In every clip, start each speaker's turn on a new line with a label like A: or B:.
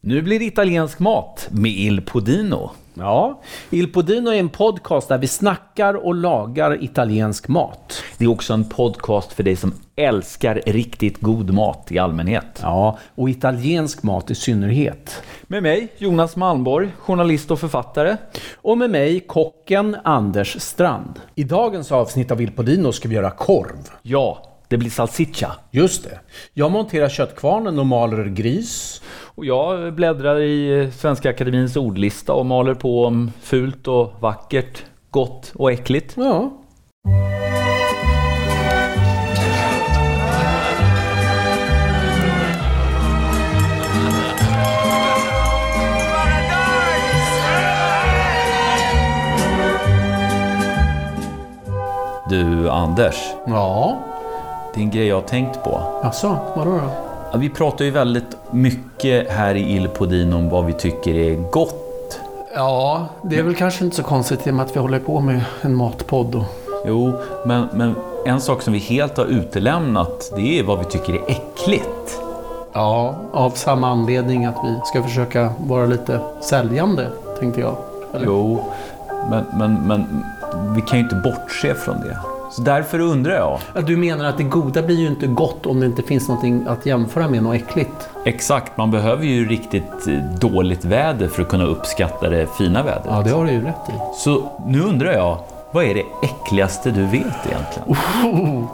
A: Nu blir det italiensk mat med Il Podino.
B: Ja, Il Podino är en podcast där vi snackar och lagar italiensk mat.
A: Det är också en podcast för dig som älskar riktigt god mat i allmänhet.
B: Ja, och italiensk mat i synnerhet.
A: Med mig, Jonas Malmborg, journalist och författare.
B: Och med mig, kocken Anders Strand. I dagens avsnitt av Il Podino ska vi göra korv.
A: Ja, det blir salsiccia.
B: Just det. Jag monterar köttkvarnen och maler gris.
A: Och jag bläddrar i Svenska Akademins ordlista och maler på om fult och vackert, gott och äckligt.
B: Ja.
A: Du, Anders.
B: Ja.
A: Det är en grej jag har tänkt på.
B: Jaså, vadå då?
A: Ja, Vi pratar ju väldigt mycket här i Il Podino om vad vi tycker är gott.
C: Ja, det är väl kanske inte så konstigt i och med att vi håller på med en matpodd. Och...
A: Jo, men, men en sak som vi helt har utelämnat, det är vad vi tycker är äckligt.
C: Ja, av samma anledning att vi ska försöka vara lite säljande, tänkte jag. Eller?
A: Jo, men, men, men vi kan ju inte bortse från det. Så därför undrar jag.
C: Ja, Du menar att det goda blir ju inte gott om det inte finns någonting att jämföra med, något äckligt?
A: Exakt, man behöver ju riktigt eh, dåligt väder för att kunna uppskatta det fina vädret.
C: Ja, det har du ju rätt i.
A: Så nu undrar jag, vad är det äckligaste du vet egentligen?
C: Oh,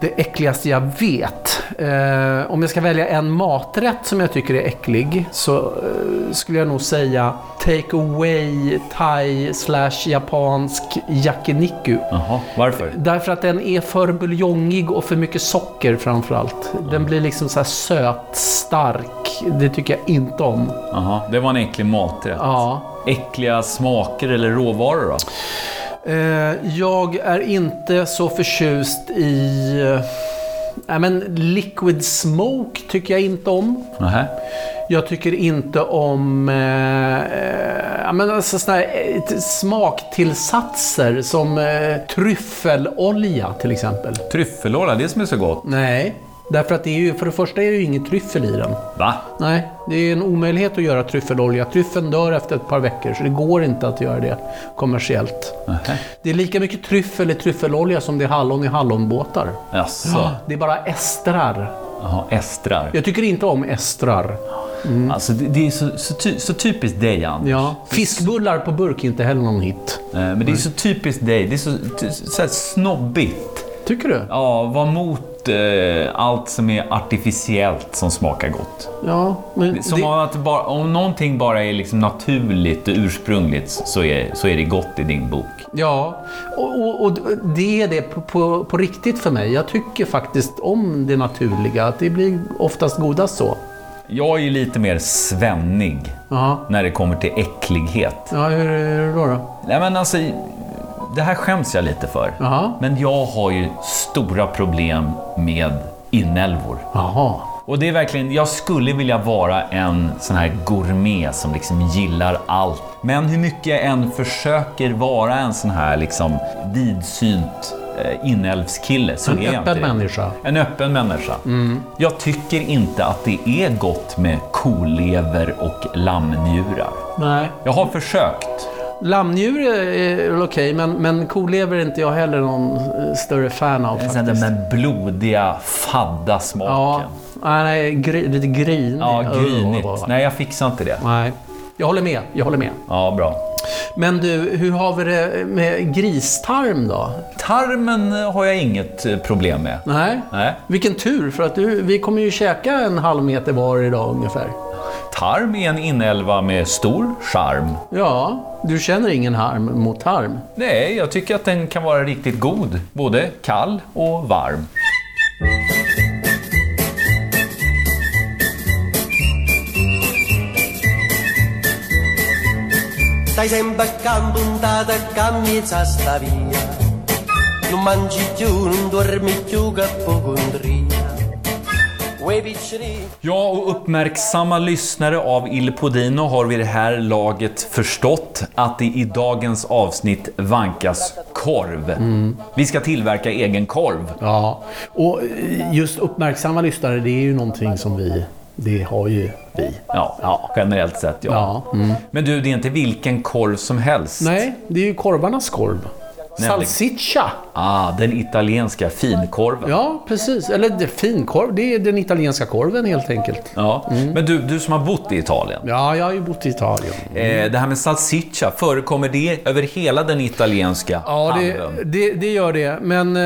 C: det äckligaste jag vet. Eh, om jag ska välja en maträtt som jag tycker är äcklig så eh, skulle jag nog säga take away thai slash japansk yakiniku.
A: Jaha, varför?
C: Därför att den är för buljongig och för mycket socker framförallt. Den blir liksom så här söt, stark. Det tycker jag inte om.
A: Jaha, det var en äcklig maträtt.
C: Ja.
A: Äckliga smaker eller råvaror då?
C: Eh, jag är inte så förtjust i... eh, Nej, men liquid smoke tycker jag inte om.
A: Nähä.
C: Jag tycker inte om eh, eh, ja, men alltså såna här, eh, t- smaktillsatser som eh, tryffelolja till exempel.
A: Tryffelolja, det som är så gott.
C: Nej, därför att det är ju, för det första är det ju inget tryffel i den.
A: Va?
C: Nej, det är en omöjlighet att göra tryffelolja. Tryffeln dör efter ett par veckor, så det går inte att göra det kommersiellt.
A: Nähä.
C: Det är lika mycket tryffel i tryffelolja som det är hallon i hallonbåtar.
A: Jaså?
C: Det är bara estrar.
A: Jaha, Alltså, estrar.
C: Jag tycker inte om estrar.
A: Alltså, det, det är så, så, ty, så typiskt dig, Anders.
C: Mm. Ja. Mm. Fiskbullar på burk är inte heller någon hit.
A: Eh, Men det är så typiskt dig. Det är så, ty- så här snobbigt.
C: Tycker du?
A: Ja, var mot eh, allt som är artificiellt som smakar gott.
C: Ja, men
A: Som
C: det,
A: om, att bara, om någonting bara är liksom naturligt och ursprungligt så är, så är det gott i din bok.
C: ja, och, och, och det är det på, på, på riktigt för mig. Jag tycker faktiskt om det naturliga. Att det blir oftast godast så.
A: Jag är ju lite mer svennig
C: Ja,
A: när det kommer till äcklighet.
C: ja hur är det då? då?
A: Nej, men alltså, det här skäms jag lite för.
C: Jaha.
A: Men jag har ju stora problem med inälvor.
C: Jaha.
A: Och det är verkligen, jag skulle vilja vara en sån här gourmet som liksom gillar allt. Men hur mycket jag än försöker vara en sån här liksom vidsynt eh, inälvskille så
C: En
A: är jag inte
C: öppen
A: det.
C: människa. Mm.
A: En öppen människa. Jag tycker inte att det är gott med kolever och lammnjurar.
C: Nej.
A: Jag har försökt.
C: Lammdjur är är väl okej, men, men kolever är inte jag heller någon eh, större fan av
A: Sen den
C: faktiskt.
A: där blodiga, fadda smaken.
C: Ja, nej, nej, gry, lite grinig.
A: Ja,
C: Öh,
A: grynigt.
C: vad-
A: Nej, jag fixar inte det.
C: Nej. Jag håller med, jag håller med.
A: Ja, bra.
C: Men du, hur har vi det med gristarm då?
A: Tarmen har jag inget eh, problem med.
C: Nej.
A: Nej.
C: Vilken tur, för att du, vi kommer ju käka en halv meter var idag ungefär.
A: Tarm är en inälva med stor charm.
C: Ja, du känner ingen harm mot harm.
A: Nej, jag tycker att den kan vara riktigt god. Både kall och varm.
D: Stai sempre can puntata e camminza sta via Non mangi più, non dormi più che apocondria Quei piccini
A: Ja, och uppmärksamma lyssnare av Il Podino har vid det här laget förstått att det i dagens avsnitt vankas korv. Vi ska tillverka egen korv.
C: Ja, och eh, just uppmärksamma lyssnare, det är ju någonting som vi Det har ju vi.
A: Ja, generellt sett ja.
C: Ja.
A: Men du, det är inte vilken korv som helst.
C: Nej, det är ju korvarnas korv.
A: Nämligen.
C: Salsiccia!
A: Ah, den italienska finkorven.
C: Ja, precis. Eller det- finkorv. Det är den italienska korven helt enkelt.
A: Ja.
E: Mm.
A: Men du, du som har bott i Italien.
C: Ja, jag har ju bott i Italien.
E: Mm.
A: Eh, det här med salsiccia, förekommer det över hela den italienska
E: Ja, det,
A: handeln?
E: det, det gör det. Men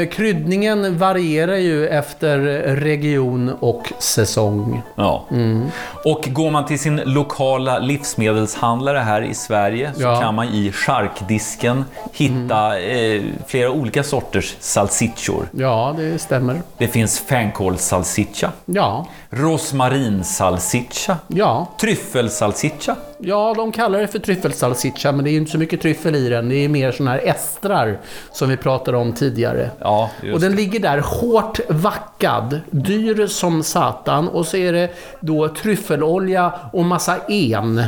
E: eh, kryddningen varierar ju efter region och säsong.
A: Ja.
E: Mm.
A: Och går man till sin lokala livsmedelshandlare här i Sverige så
E: Ja. Mm.
A: kan man i charkdisken hitta eh, flera olika sorters salsiccior.
E: Ja, det stämmer.
A: Det finns fänkålssalsiccia,
E: Ja,
A: rosmarinsalsiccia,
E: ja.
A: tryffelsalsiccia.
E: Ja, de kallar det för tryffelsalsiccia, men det är ju inte så mycket tryffel i den. Det är mer sådana här estrar som vi pratade om tidigare.
A: Ja, just
E: och den ligger där hårt vackad, dyr som satan. Och så är det då tryffelolja och massa en.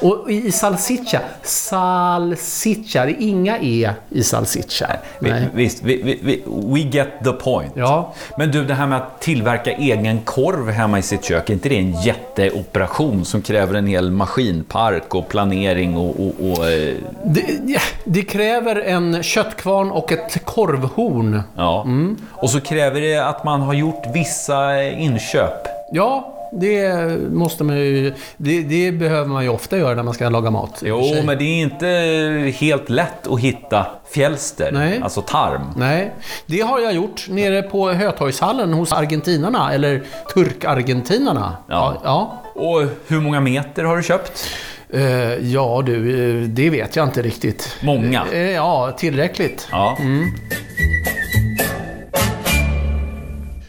E: Och i i salsiccia, salsiccia, det är inga e i salsiccia.
A: Vi,
E: Nej.
A: visst, vi, vi, vi, we get the point.
E: Ja.
A: Men du, det här med att tillverka egen korv hemma i sitt kök, är inte det en jätteoperation som kräver en hel maskinpark och planering och... och, och eh,
E: Det, ja, det kräver en köttkvarn och ett korvhorn.
A: ja.
E: Mm.
A: Och så kräver det att man har gjort vissa inköp.
E: Ja, det måste man ju... Det, det behöver man ju ofta göra när man ska laga mat. i och
A: Jo,
E: för sig.
A: men det är inte helt lätt att hitta fjälster,
E: Nej.
A: alltså tarm.
E: Nej, det har jag gjort nere på Hötorgshallen hos argentinarna, eller turk-argentinarna.
A: Ja.
E: Ja,
A: Och hur många meter har du köpt?
E: ja. Eh, ja du, eh, det vet jag inte riktigt.
A: Många.
E: Eh, ja, tillräckligt.
A: Ja.
E: Mm.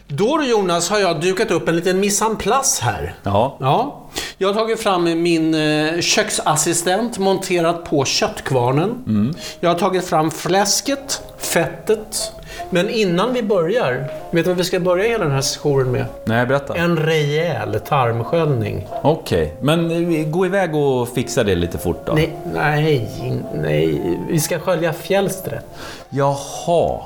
C: Då Jonas har jag dukat upp en liten mise en place här.
A: ja.
C: Ja. Jag har tagit fram min eh, köksassistent, monterat på köttkvarnen.
A: Mm.
C: Jag har tagit fram fläsket, fettet. Men innan vi börjar, vet du vad vi ska börja hela den här sessionen med?
A: Nej, berätta.
C: En rejäl tarmsköljning.
A: Okej, men eh, gå iväg och fixa det lite fort då.
C: Nej, nej, nej. Vi ska skölja fjälstret.
A: Jaha.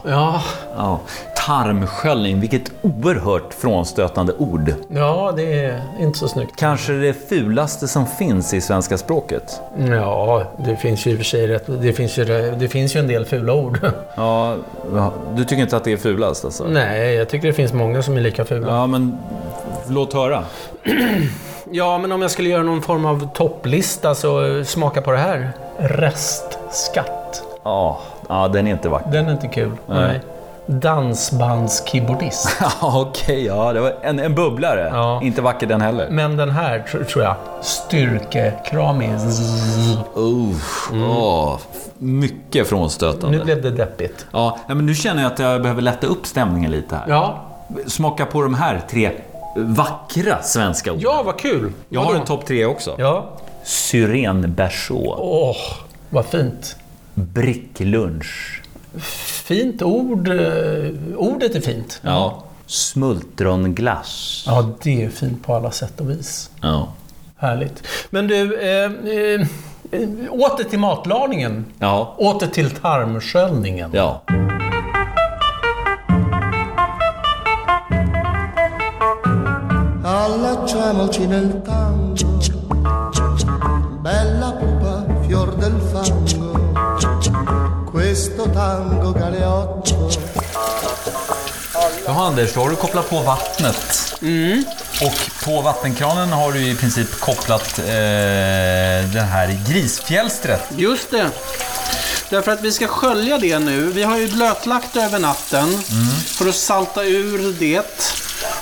C: Ja,
A: Ja, tarmsköljning, vilket oerhört frånstötande ord.
C: ja, det är inte så snyggt.
A: Kanske det fulaste som finns i svenska språket.
C: Ja, det finns ju i och för sig rätt, det finns ju, det finns ju en del fula ord.
A: Ja, ja, du tycker inte att det är fulast alltså?
C: Nej, jag tycker det finns många som är lika fula.
A: Ja, men låt höra.
C: Ja, men om jag skulle göra någon form av topplista så eh, smaka på det här. Restskatt.
A: Ja, ja den är inte vacker.
C: Den är inte kul. Nej. Dansbandskeyboardist.
A: Ja, okej, ja, det var en, en bubblare.
C: Ja.
A: Inte vacker den heller.
C: Men den här tr- tror jag. Styrkekramis.
A: Uff, åh, f- mycket frånstötande.
C: Nu blev det deppigt.
A: Ja, nej, men nu känner jag att jag behöver lätta upp stämningen lite här.
C: Ja.
A: Smaka på de här tre vackra svenska orden.
C: Ja, vad kul.
A: Jag har en topp tre också.
C: Ja.
A: Syrenberså.
C: Åh, vad fint.
A: Bricklunch.
C: Fint ord. eh, Ordet är fint.
A: Ja. Smultronglass.
C: Ja, det är fint på alla sätt och vis.
A: Ja.
C: Härligt. Men du, eh, eh, eh, åter till matlagningen.
A: Ja.
C: Åter till tarmsköljningen.
A: Ja.
F: allacciamoci nel tango. Bella pupa, fior del fango, questo tango galeotto.
A: Jaha Anders, då har du kopplat på vattnet. Och på vattenkranen har du i princip kopplat eh, det här grisfjälstret.
C: Just det. Därför att vi ska skölja det nu. Vi har ju blötlagt över natten för att salta ur det.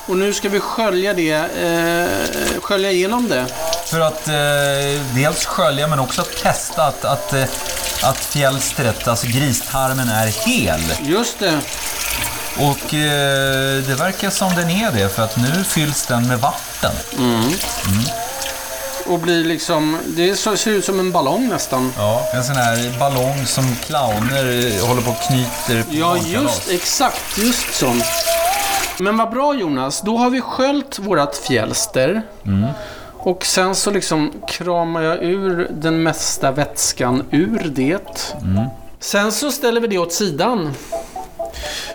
C: Och nu ska vi skölja det, eh, skölja igenom det.
A: För att eh, dels skölja men också att testa att, att, eh, att fjälstret, alltså gristarmen, är hel.
C: Just det.
A: Och eh, det verkar som den är det, för att nu fylls den med vatten.
C: Och blir liksom, det så- ser ut som en ballong nästan.
A: Ja, en sån här ballong som clowner eh, håller på och knyter på
C: Ja,
A: barnkalas.
C: just exakt. Just som. Men vad bra Jonas. Då har vi sköljt vårat fjälster. Och sen så liksom kramar jag ur den mesta vätskan ur det. Sen så ställer vi det åt sidan.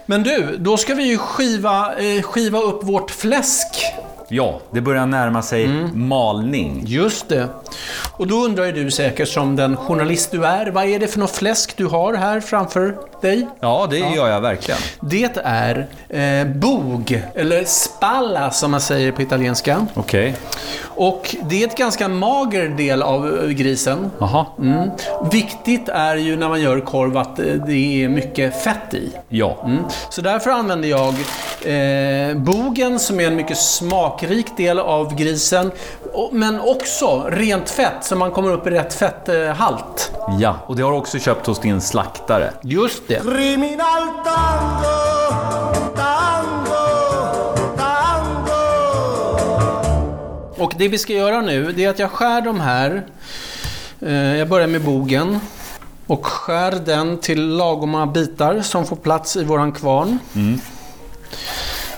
C: Men du, då ska vi ju skiva, eh, skiva upp vårt fläsk.
A: ja, det börjar närma sig malning.
C: Just det. Och då undrar ju du säkert som den journalist du är, vad är det för något fläsk du har här framför dig?
A: Ja, det gör jag verkligen.
C: Det är eh, bog, eller spalla som man säger på italienska.
A: Okej.
C: Och det är ett ganska mager del av eh, grisen.
A: Jaha.
C: Mm. Viktigt är ju när man gör korv att eh, det är mycket fett i.
A: Ja.
C: Mm. Så därför använder jag eh, bogen som är en mycket smakrik del av grisen. och- Men också rent fett, så man kommer upp i rätt fetthalt.
A: Ja, och det har du också köpt hos din slaktare.
C: Just det.
F: Criminal tango, tango, tango.
C: Och det vi ska göra nu, det är att jag skär de här. Eh, jag börjar med bogen. Och skär den till lagoma bitar som får plats i våran kvarn.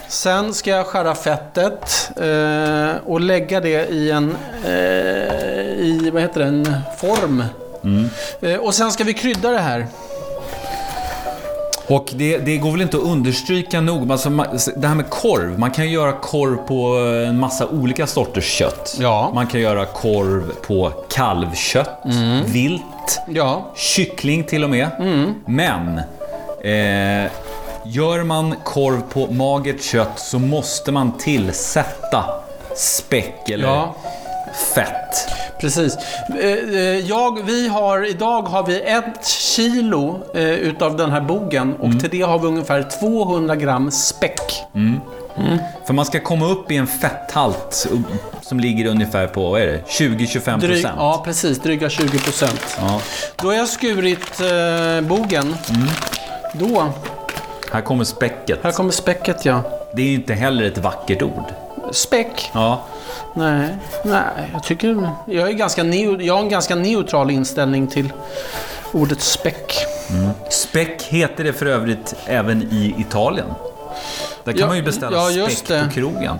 C: Sen ska jag skära fettet eh, och lägga det i en, eh, i, vad heter det, en form. Eh, och sen ska vi krydda det här.
A: Och det, det går väl inte att understryka nog, alltså, man- det här med korv. Man kan ju göra korv på eh, en massa olika sorters kött.
C: Ja.
A: Man kan göra korv på kalvkött, vilt,
C: Ja,
A: kyckling till och med.
C: Mm.
A: Men eh, gör man korv på magert kött så måste man tillsätta späck eller
C: Ja.
A: fett.
C: Precis. Eh, eh, Jag, vi har, idag har vi ett kilo eh, utav den här bogen och
A: Mm.
C: till det har vi ungefär 200 gram späck.
A: För man ska komma upp i en fetthalt som ligger ungefär på, vad är det, 20-25
C: Dryg,
A: procent?
C: ja, precis. Dryga 20 procent.
A: Ja.
C: Då har jag skurit eh, bogen.
A: Mm.
C: Då,
A: Här kommer späcket.
C: här kommer späcket ja.
A: Det är ju inte heller ett vackert ord.
C: Späck?
A: Ja.
C: Nej, nej. Jag tycker... Jag, är ganska neu, jag har en ganska neutral inställning till ordet späck.
A: Späck heter det för övrigt även i Italien. Där kan
C: Ja,
A: man ju beställa
C: ja,
A: späck
C: just det. Mm.
A: på krogen.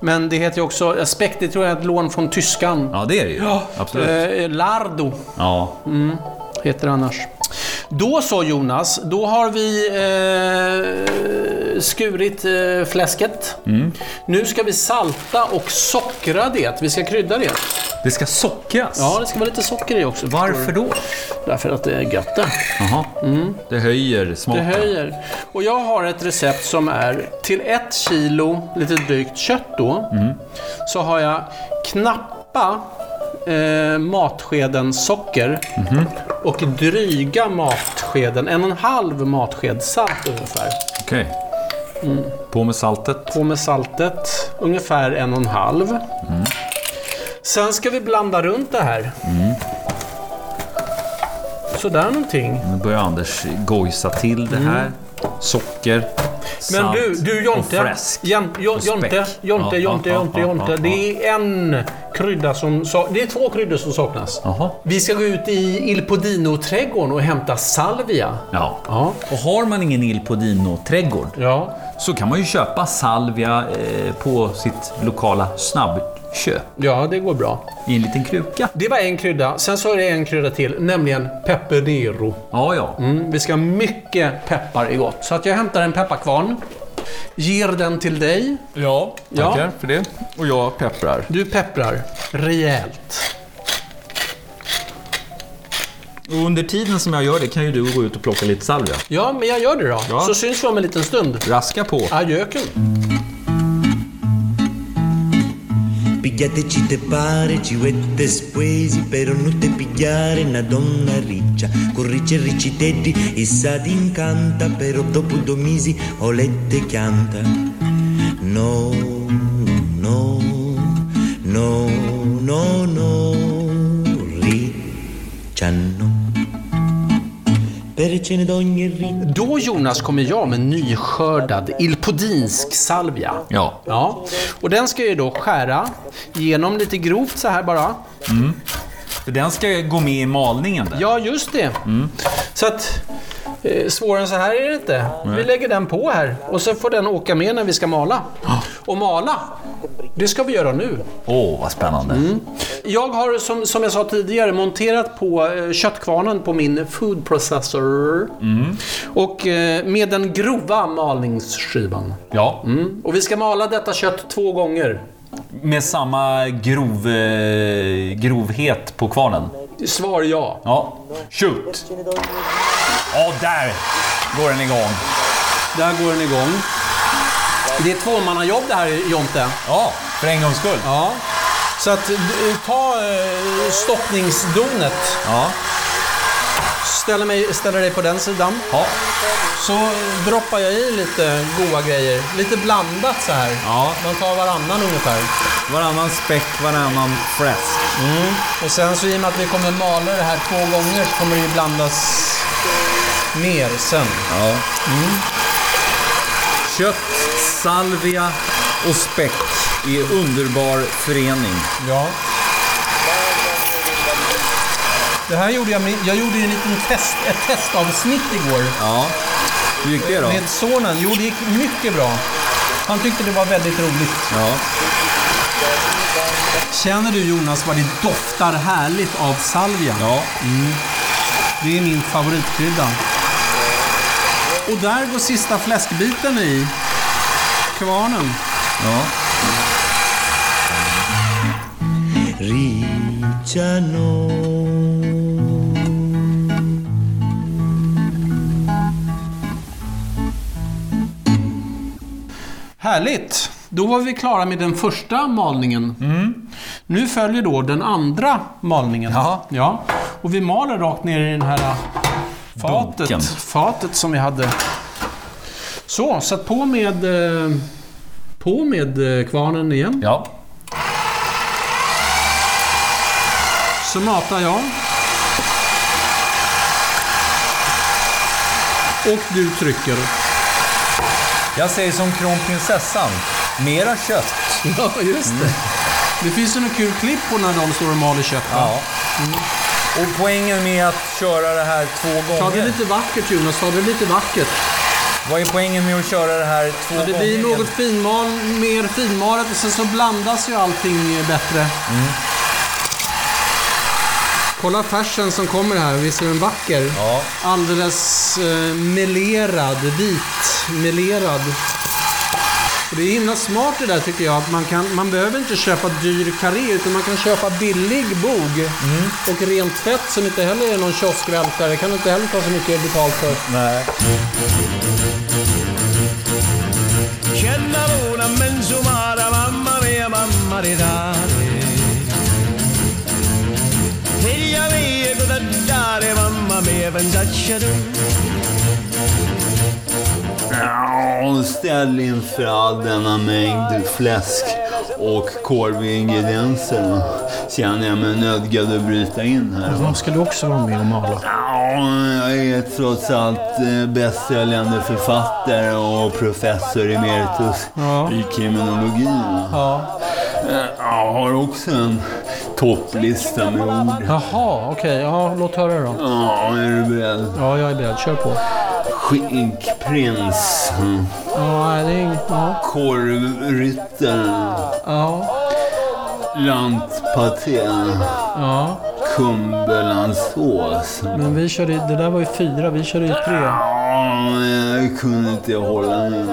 C: Men det heter ju också... eh, Späck, det tror jag är ett lån från tyskan.
A: Ja, det är det ju. Absolut.
C: Eh, Lardo
A: Ja.
C: heter det annars. Då så Jonas, då har vi eh, skurit eh, fläsket.
A: Mm.
C: Nu ska vi salta och sockra det. Vi ska krydda det.
A: Det ska sockras.
C: Ja, det ska vara lite socker i också.
A: Varför då?
C: Därför att det är gött det.
A: Jaha. Det höjer
C: Mm. Det
A: smaken.
C: höjer. Och jag har ett recept som är till ett kilo lite drygt kött då. Så har jag knappa eh, matskeden socker och dryga matskeden, en och en halv matsked salt ungefär.
A: Okej.
C: Mm.
A: På med saltet.
C: På med saltet, ungefär en och en halv. Sen ska vi blanda runt det här. Sådär någonting.
A: Nu börjar Anders gojsa till det här. Socker,
C: Mm. Men
A: salt
C: du, du
A: och
C: Jonte.
A: fräsk.
C: Jan, jo,
A: och späck.
C: Jonte, Jonte,
A: Ja, ja,
C: Jonte, Jonte,
A: ja,
C: Jonte.
A: ja,
C: Det är en krydda som sa- Det är två kryddor som saknas.
A: Jaha.
C: Vi ska gå ut i Il Podino-trädgården och hämta salvia.
A: Ja.
C: Ja.
A: Och har man ingen Il Podino-trädgård
C: Ja.
A: så kan man ju köpa salvia eh, på sitt lokala snabbköp
C: Ja, det går bra.
A: i en liten kruka.
C: Det var en krydda. Sen så är det en krydda till, nämligen peppernero.
A: Ja, ja.
C: Mm, vi ska ha mycket peppar i gott. Så att jag hämtar en pepparkvarn. Ger den till dig.
A: Ja,
C: tackar
A: för det. Och jag pepprar.
C: Du pepprar rejält.
A: Och under tiden som jag gör det kan ju du gå ut och plocka lite salvia.
C: Ja, men jag gör det då.
A: Ja.
C: Så syns vi om en liten stund.
A: Raska på.
C: Ah. Adjöken.
G: Pigliateci te pare, ciuette spesi, però non te pigliare una donna riccia, con ricci e ricci tetti, e sa d'incanta, però dopo due mesi olette canta. No, no, no, no, no, riccia no. Per ce ne d'ogni riccia.
C: Då Jonas kommer jag med nyskördad ilpodinsk salvia.
A: Ja.
C: ja. Och den ska jag då skära genom lite grovt så här bara.
A: För den ska gå med i malningen där.
C: Ja, just det. Så att eh, svårare än så här är det inte. Vi lägger den på här och så får den åka med när vi ska mala. Och mala, Det ska vi göra nu.
A: Åh, vad spännande.
C: Mm. Jag har som, som jag sa tidigare monterat på eh, köttkvarnen på min food processor. Och eh, med den grova malningsskivan.
A: Ja,
C: Mm. Och vi ska mala detta kött två gånger.
A: med samma grov, eh, grovhet på kvarnen.
C: Svar ja.
A: Ja, shoot! Ja, där går den igång.
C: Där går den igång. Det är tvåmannajobb det här Jonte.
A: Ja, för en gångs skull.
C: Ja. Så att eh, ta eh, stoppningsdonet.
A: Ja,
C: Ställer, mig, ställer dig på den sidan.
A: ja,
C: Så eh, droppar jag i lite goda grejer. Lite blandat så här.
A: Ja.
C: Man tar varannan ungefär.
A: varannan späck, varannan fläsk.
C: Mm. Och sen så i och med att vi kommer mala det här två gånger så kommer det ju blandas mer sen. Mm.
A: Ja. Kött, salvia och späck i underbar förening.
C: Ja. Det här gjorde jag med, Jag gjorde ju en liten test, ett testavsnitt igår.
A: Ja. Hur gick det då?
C: Med sonen. Jo, det gick mycket bra. Han tyckte det var väldigt roligt.
A: Ja.
C: Känner du Jonas vad det doftar härligt av salvia? Mm.
A: ja.
C: Det är min favoritkrydda. Och där går sista fläskbiten i kvarnen.
A: ja.
G: Ricciano.
C: Härligt! Då var vi klara med den första malningen.
A: Mm.
C: Nu följer då den andra malningen.
A: Jaha.
C: Ja. Och vi maler rakt ner i den här
A: Dunken.
C: fatet, fatet som vi hade. Så, sätt på med, eh, på med eh, kvarnen igen.
A: ja.
C: Så matar jag. Och du trycker.
A: Jag säger som kronprinsessan. Mera kött.
C: Ja, just det. Det finns ju något kul klipp på när de står och maler kött. va?
A: Ja. Och poängen med att köra det här två
C: Ta det
A: gånger.
C: lite vackert Jonas, ta det lite vackert.
A: Vad är poängen med att köra det här två
C: Ja, det blir
A: gånger?
C: något finmal, mer finmalet och sen så blandas ju allting eh, bättre. Kolla färsen som kommer här, visst är den vacker?
A: Ja.
C: Alldeles eh, melerad, vit, melerad. Och det är himla smart det där tycker jag, att man, kan, man behöver inte köpa dyr karé utan man kan köpa billig bog. Och rent fett som inte heller är någon kioskvältare, kan inte heller ta så mycket betalt för.
A: Nej.
D: Känner hon en mensomara, mamma mia, mamma di dare Hija mia, goda dare, mamma mia, vendaccia du
H: Ställ inför denna mängd fläsk och korvingredienser känner jag mig nödgad att bryta in här.
C: De skulle också vara med och mala.
H: Ja, Jag är trots allt eh, bästsäljande författare och professor emeritus i kriminologi. va?
C: Ja.
H: Eh, Jag har också en topplista med ord.
C: Jaha, okej. Ja, låt höra då.
H: Ja, är du beredd?
C: Ja, jag är beredd. Kör på.
H: Skinkprins.
C: Ja, nej, det är inget... Ja.
H: Korvryttaren.
C: Ja.
H: Lantpaté.
C: ja.
H: Kumberlandsås.
C: Men vi körde... Det där var ju fyra. Vi körde ju tre.
H: Ja, Jag kunde inte hålla mig.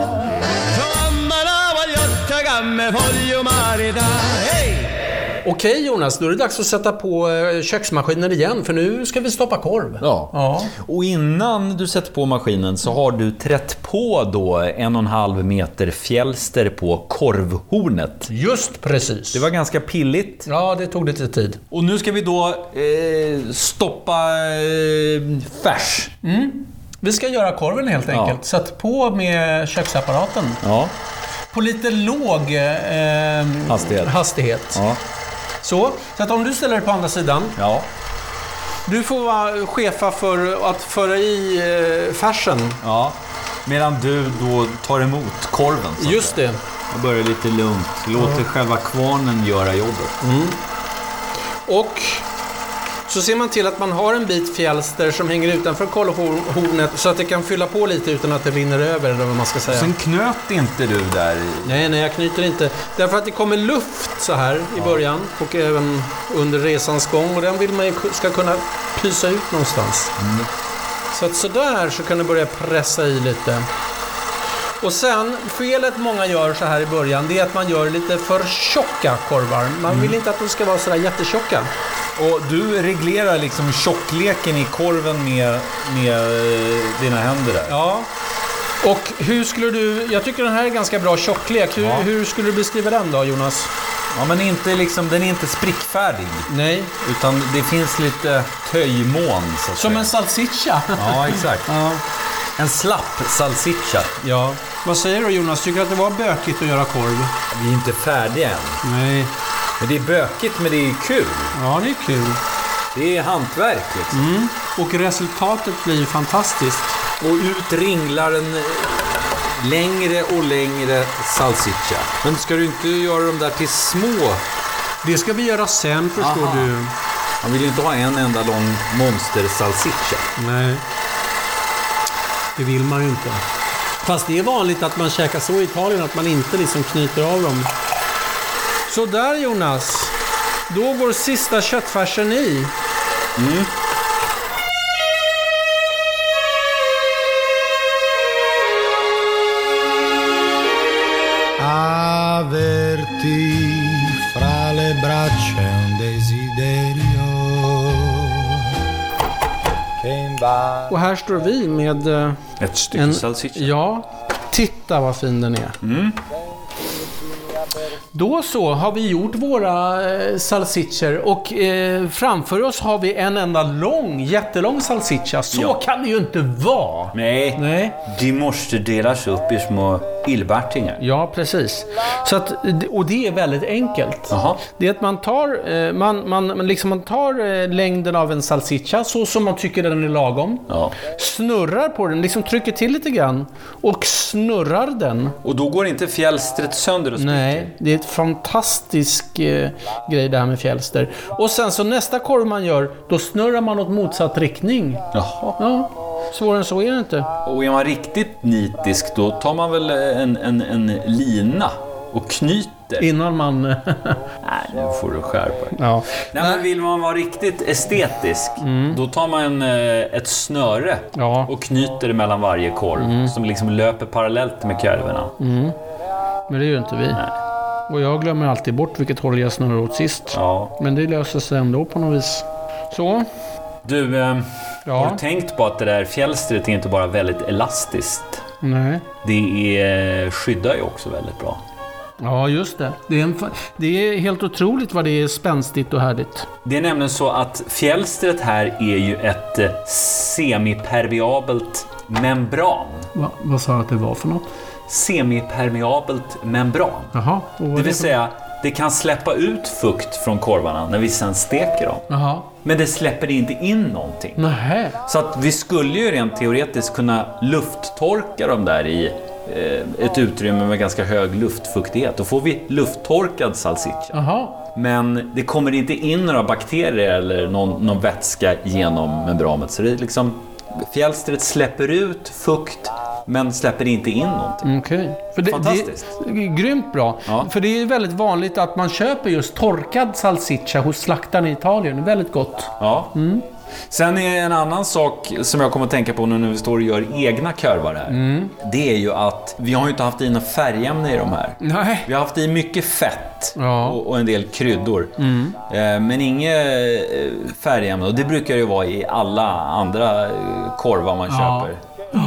C: Okej Jonas, då är det dags att sätta på eh, köksmaskinen igen för nu ska vi stoppa korv.
A: Ja.
C: Ja.
A: Och innan du sätter på maskinen så har du trätt på då en och en halv meter fjälster på korvhornet.
C: Just precis.
A: Det var ganska pilligt.
C: Ja, det tog lite tid.
A: Och nu ska vi då eh, stoppa eh, färs.
C: Vi ska göra korven helt enkelt. Sätt på med köksapparaten.
A: Ja.
C: På lite låg eh,
A: Hastighet.
C: hastighet.
A: Ja.
C: Så, så att om du ställer dig på andra sidan
A: Ja.
C: Du får vara chefa för att föra i eh, färsen.
A: ja. Medan du då tar emot korven. Så.
C: Just det.
A: Jag börjar lite lugnt. Låter själva kvarnen göra jobbet.
C: Och Så ser man till att man har en bit fjälster som hänger utanför kolhornet så att det kan fylla på lite utan att det rinner över eller vad man ska säga.
H: Sen knöt inte du där i...
C: Nej, nej, jag knyter inte. Därför att det kommer luft så här i början och även under resans gång och den vill man ju ku- ska kunna pysa ut någonstans. Så att sådär så kan du börja pressa i lite. Och sen, felet många gör så här i början, det är att man gör lite för tjocka korvar. Man vill inte att de ska vara sådär jättetjocka.
H: Och du reglerar liksom tjockleken i korven med, med eh, dina händer där.
C: Ja. Och hur skulle du, jag tycker den här är ganska bra tjocklek. Hur, hur skulle du beskriva den då Jonas?
H: Ja, men inte liksom, den är inte sprickfärdig.
C: Nej.
H: Utan det finns lite töjmån så att
C: Som
H: säga.
C: en salsiccia.
H: Ja, exakt. En slapp salsiccia.
C: Ja. Vad säger du Jonas? Tycker du att det var bökigt att göra korv?
H: Vi är inte färdiga än.
C: Nej.
H: Men det är bökigt, men det är kul.
C: Ja, det är kul.
H: Det är hantverk liksom.
C: Mm. Och resultatet blir ju fantastiskt.
H: Och ut ringlar en eh, längre och längre salsiccia. Men ska du inte göra dem där till små?
C: Det ska vi göra sen förstår
H: Aha.
C: du.
H: Man vill ju inte ha en enda lång monster-salsiccia.
C: Nej. Det vill man ju inte. Fast det är vanligt att man käkar så i Italien, att man inte liksom knyter av dem. Så där Jonas. Då går sista köttfärsen i.
F: Averti fra le braccia un desiderio che invade.
C: Och här står vi med... eh,
A: Ett stycke
C: En-
A: salsiccia. Mm.
C: Ja, titta vad fin den är. Då så har vi gjort våra eh, salsiccior och eh, framför oss har vi en enda lång, jättelång salsiccia. Så
A: Ja.
C: kan det ju inte vara!
A: Nej,
C: Nej.
A: de måste delas upp i små illbärtingar.
C: Ja, precis. Så att, och det är väldigt enkelt.
A: Jaha.
C: Det är att man tar, eh, man, man, man liksom man tar eh, längden av en salsiccia så som man tycker den är lagom.
A: Ja.
C: Snurrar på den, liksom trycker till lite grann och snurrar den.
A: Och då går inte fjälstret sönder och spricker?
C: Nej, det är ett fantastisk eh, grej det här med fjälster. Och sen så nästa korv man gör, då snurrar man åt motsatt riktning.
A: Jaha.
C: Ja, svårare än så är det inte.
A: Och är man riktigt nitisk då tar man väl en, en, en lina och knyter.
C: Innan man...
A: Nej, nu får du skärpa dig.
C: ja.
A: Nej, men vill man vara riktigt estetisk, då tar man en, eh, ett snöre
C: Mm. Ja. Mm.
A: och knyter det mellan varje korv som liksom löper parallellt med korvarna.
C: Men det gör inte vi. Och jag glömmer alltid bort vilket håll jag snurrar åt sist.
A: Ja.
C: Men det löser sig ändå på något vis. Så.
A: Du, eh, har
C: Ja.
A: du tänkt på att det där fjälstret är inte bara väldigt elastiskt?
C: Nej.
A: Det är, eh, skyddar ju också väldigt bra.
C: Ja, just det. Det är, en, fa- det är helt otroligt vad det är spänstigt och härligt.
A: Det är nämligen så att fjälstret här är ju ett eh, semipermeabelt membran.
C: Va, vad sa du att det var för något?
A: Semipermeabelt membran.
C: Jaha. Och vad
A: Det
C: är
A: vill
C: för-
A: säga, det kan släppa ut fukt från korvarna när vi sen steker dem.
C: Jaha.
A: Men det släpper inte in någonting.
C: Nähä.
A: Så att vi skulle ju rent teoretiskt kunna lufttorka dem där i eh, ett utrymme med ganska hög luftfuktighet. Då får vi lufttorkad salsiccia.
C: Jaha.
A: Men det kommer inte in några bakterier eller någon, någon vätska genom membranet. Så det är liksom, fjälstret släpper ut fukt men släpper inte in någonting.
C: Okej. För det-
A: Fantastiskt.
C: Det, är grymt bra.
A: Ja.
C: För det är väldigt vanligt att man köper just torkad salsiccia hos slaktaren i Italien. Det är väldigt gott.
A: Ja. Sen är en annan sak som jag kommer att tänka på nu när vi står och gör egna kurvar här. Det är ju att vi har ju inte haft i några färgämne i de här.
C: Nej.
A: Vi har haft i mycket fett
C: Ja. Mm.
A: och, och en del kryddor. Eh, men inget eh, färgämne. Och det brukar ju vara i alla andra eh, korvar man
C: Ja.
A: köper.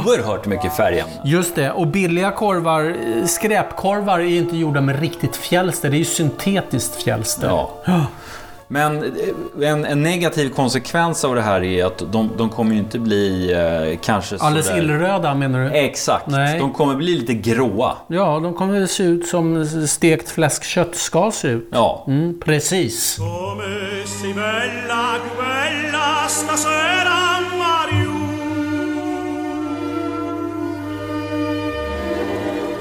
A: Oerhört mycket färgämne.
C: Just det. Och billiga korvar, eh, skräpkorvar, är ju inte gjorda med riktigt fjälster. Det är ju syntetiskt fjälster.
A: Ja. Men eh, en, en negativ konsekvens av det här är att de, de kommer ju inte bli eh, kanske
C: Alldeles
A: sådär-
C: illröda menar du?
A: Exakt.
C: Nej.
A: De kommer bli lite gråa.
C: Ja, de kommer se ut som stekt fläskkött ska se ut.
A: Ja.
C: Mm, precis.
F: Come sei bella, più bella stasera Mariù.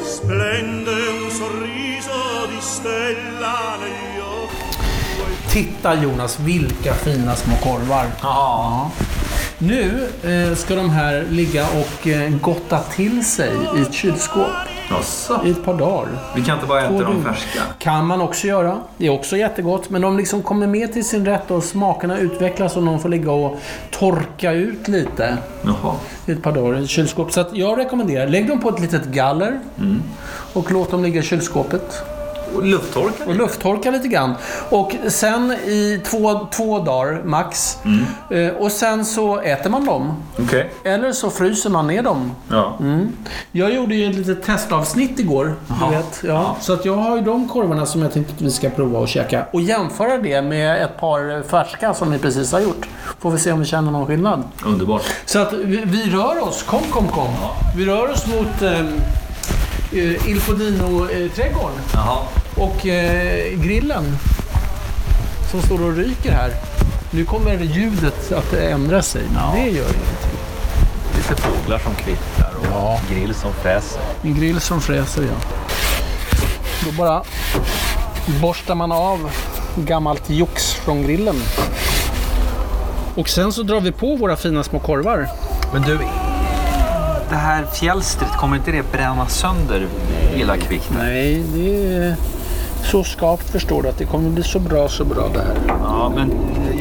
F: Splende un sorriso di stella negli occhi.
C: Titta Jonas, vilka fina små korvar. Ja. Nu eh, ska de här ligga och eh, gotta till sig i ett kylskåp i ett par dagar.
H: Vi kan inte bara äta
C: Och
H: dem
C: du-
H: färska.
C: Kan man också göra. Det är också jättegott. Men de liksom kommer med till sin rätt och smakerna utvecklas och de får ligga och torka ut lite
H: Jaha.
C: i ett par dagar i kylskåp. Så att jag rekommenderar, lägg dem på ett litet galler och låt dem ligga i kylskåpet.
H: Och lufttorka
C: Och
H: lite.
C: lufttorka lite grann. Och sen i två, två dagar max. Eh, och sen så äter man dem.
H: Okej.
C: Eller så fryser man ner dem.
H: Ja.
C: Mm. Jag gjorde ju ett litet testavsnitt igår. Du vet. Ja. Så att jag har ju de korvarna som jag tänkte att vi ska prova och käka. Och jämföra det med ett par färska som vi precis har gjort. Får vi se om vi känner någon skillnad.
H: Underbart.
C: Så att vi, vi rör oss. Kom, kom, kom. Vi rör oss mot eh, eh, Il Podino-trädgården.
H: Jaha.
C: Och eh, grillen som står och ryker här. Nu kommer ljudet att ändra sig. men Det gör inget.
I: Lite fåglar som kvittrar och grill som fräser.
C: En grill som fräser, ja. Då bara borstar man av gammalt jox från grillen. Och sen så drar vi på våra fina små korvar.
A: Men du, det här fjälstret, kommer inte det bränna sönder hela kvickt?
C: Nej, det är så skapt förstår du att det kommer bli så bra, så bra det här.
A: Ja, men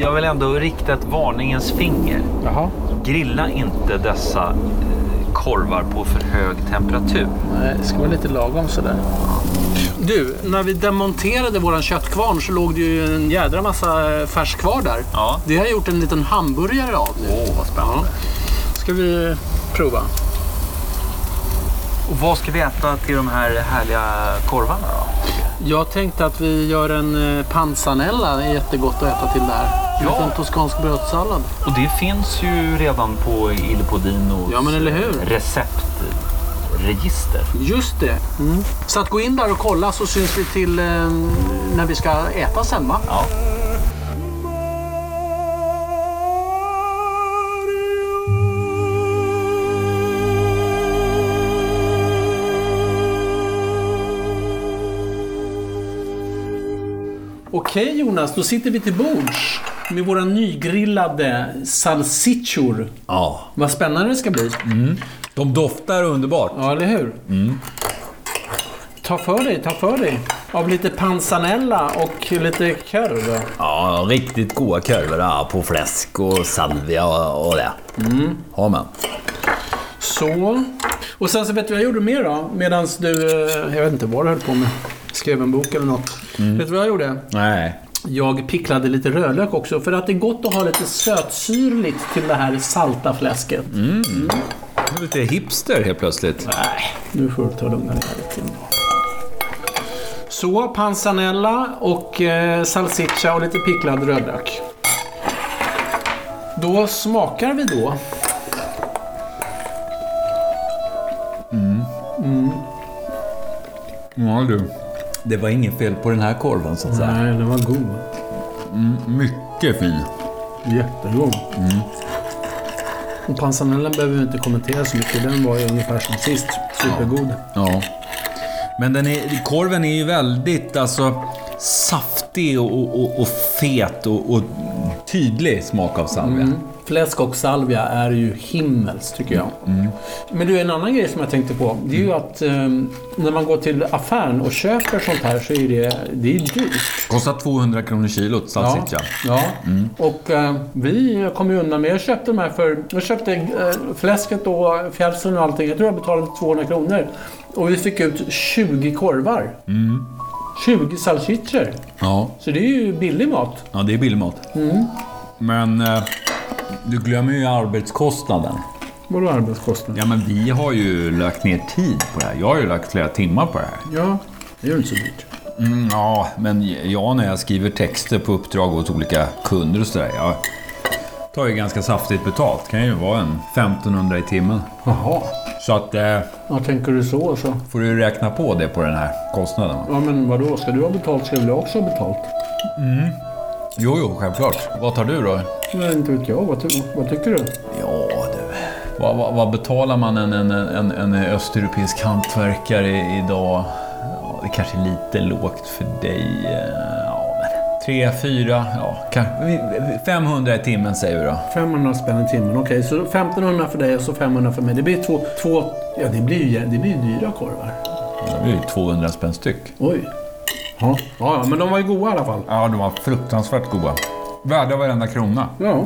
A: jag vill ändå rikta ett varningens finger.
C: Jaha.
A: Grilla inte dessa eh, korvar på för hög temperatur.
C: Nej, det ska vara lite lagom sådär. Du, när vi demonterade våran köttkvarn så låg det ju en jädra massa eh, färs kvar där.
A: Ja.
C: Det har jag gjort en liten hamburgare av nu.
A: Åh, vad spännande.
C: Ska vi prova?
A: Och vad ska vi äta till de här härliga korvarna då?
C: Jag tänkte att vi gör en eh, panzanella. Det är jättegott att äta till det här. En
A: Ja.
C: liten toskansk brödsallad.
A: Och det finns ju redan på Il Podinos
C: Ja, men eller hur?
A: receptregister.
C: Just det. Mm. Så att gå in där och kolla så syns vi till eh, när vi ska äta sen va?
A: Ja.
C: Okej Jonas, då sitter vi till bords med våra nygrillade salsiccior.
H: Ja.
C: Vad spännande det ska bli.
H: De doftar underbart.
C: Ja, eller hur? Ta för dig, ta för dig. Av lite panzanella och lite korv.
I: Ja, riktigt goda korvar ja, på fläsk och salvia och, och det. Har man.
C: Så. Och sen så vet du vad jag gjorde mer då? Medan du, eh, jag vet inte vad du höll på med. Skrev en bok eller något. Vet du vad jag gjorde?
I: Nej.
C: Jag picklade lite rödlök också. För att det är gott att ha lite sötsyrligt till det här salta fläsket.
H: Lite hipster helt plötsligt.
C: Nu får du ta och lugna ner dig lite. Så, panzanella och eh, salsiccia och lite picklad rödlök. Då smakar vi då.
I: Ja, du. Det var inget fel på den här korven så att säga.
C: Nej, den var god.
I: Mycket fin.
C: Jättegod. Och panzanellen behöver vi inte kommentera så mycket. Den var ju ungefär som sist. Supergod.
H: Ja. Men den är, korven är ju väldigt alltså, saftig och, och, och fet och, och tydlig smak av salvia.
C: Fläsk och salvia är ju himmelskt tycker jag. Men du, en annan grej som jag tänkte på. Det är ju att ehm, när man går till affären och köper sånt här så är det, det är dyrt.
H: Kostar 200 kronor kilot salsiccia.
C: ja. Och eh, vi kom ju undan med. Jag köpte de här för... Jag köpte eh, fläsket och fjälsen och allting. Jag tror jag betalade 200 kronor. Och vi fick ut 20 korvar. 20 salchichor.
H: Ja. Mm.
C: Så det är ju billig mat.
H: ja, det är billig mat. Men eh, du glömmer ju arbetskostnaden.
C: Vadå arbetskostnad?
H: Ja, men vi har ju lagt ner tid på det här. Jag har ju lagt flera timmar på det här.
C: Ja, det är ju inte så dyrt.
H: Mm, ja, men jag när jag skriver texter på uppdrag åt olika kunder och sådär. Jag tar ju ganska saftigt betalt. kan ju vara en 1500 i timmen.
C: Jaha.
H: Så att eh,
C: Ja, tänker du så så.
H: får du räkna på det på den här kostnaden. va?
C: Ja, men vadå? Ska du ha betalt ska väl jag också ha betalt?
H: Jo, jo, självklart. Vad tar du då?
C: Men inte vet jag. Vad, ty- vad tycker du?
I: Ja, du.
H: Vad, vad, vad betalar man en, en, en, en östeuropeisk hantverkare idag?
I: Ja, det kanske är lite lågt för dig. eh, Ja, men
H: Tre, fyra, ja, kan- vi- vi- 500 i timmen säger vi då.
E: 500 spänn i timmen. Okej, så 1500 för dig och så 500 för mig. Det blir två... två ja, det blir ju det blir ju dyra korvar.
H: Det är ju 200 spänn styck.
E: Oj. Ja, ja, men de var ju goda i alla fall.
H: Ja, de var fruktansvärt goda. Värda varenda krona.
E: Ja.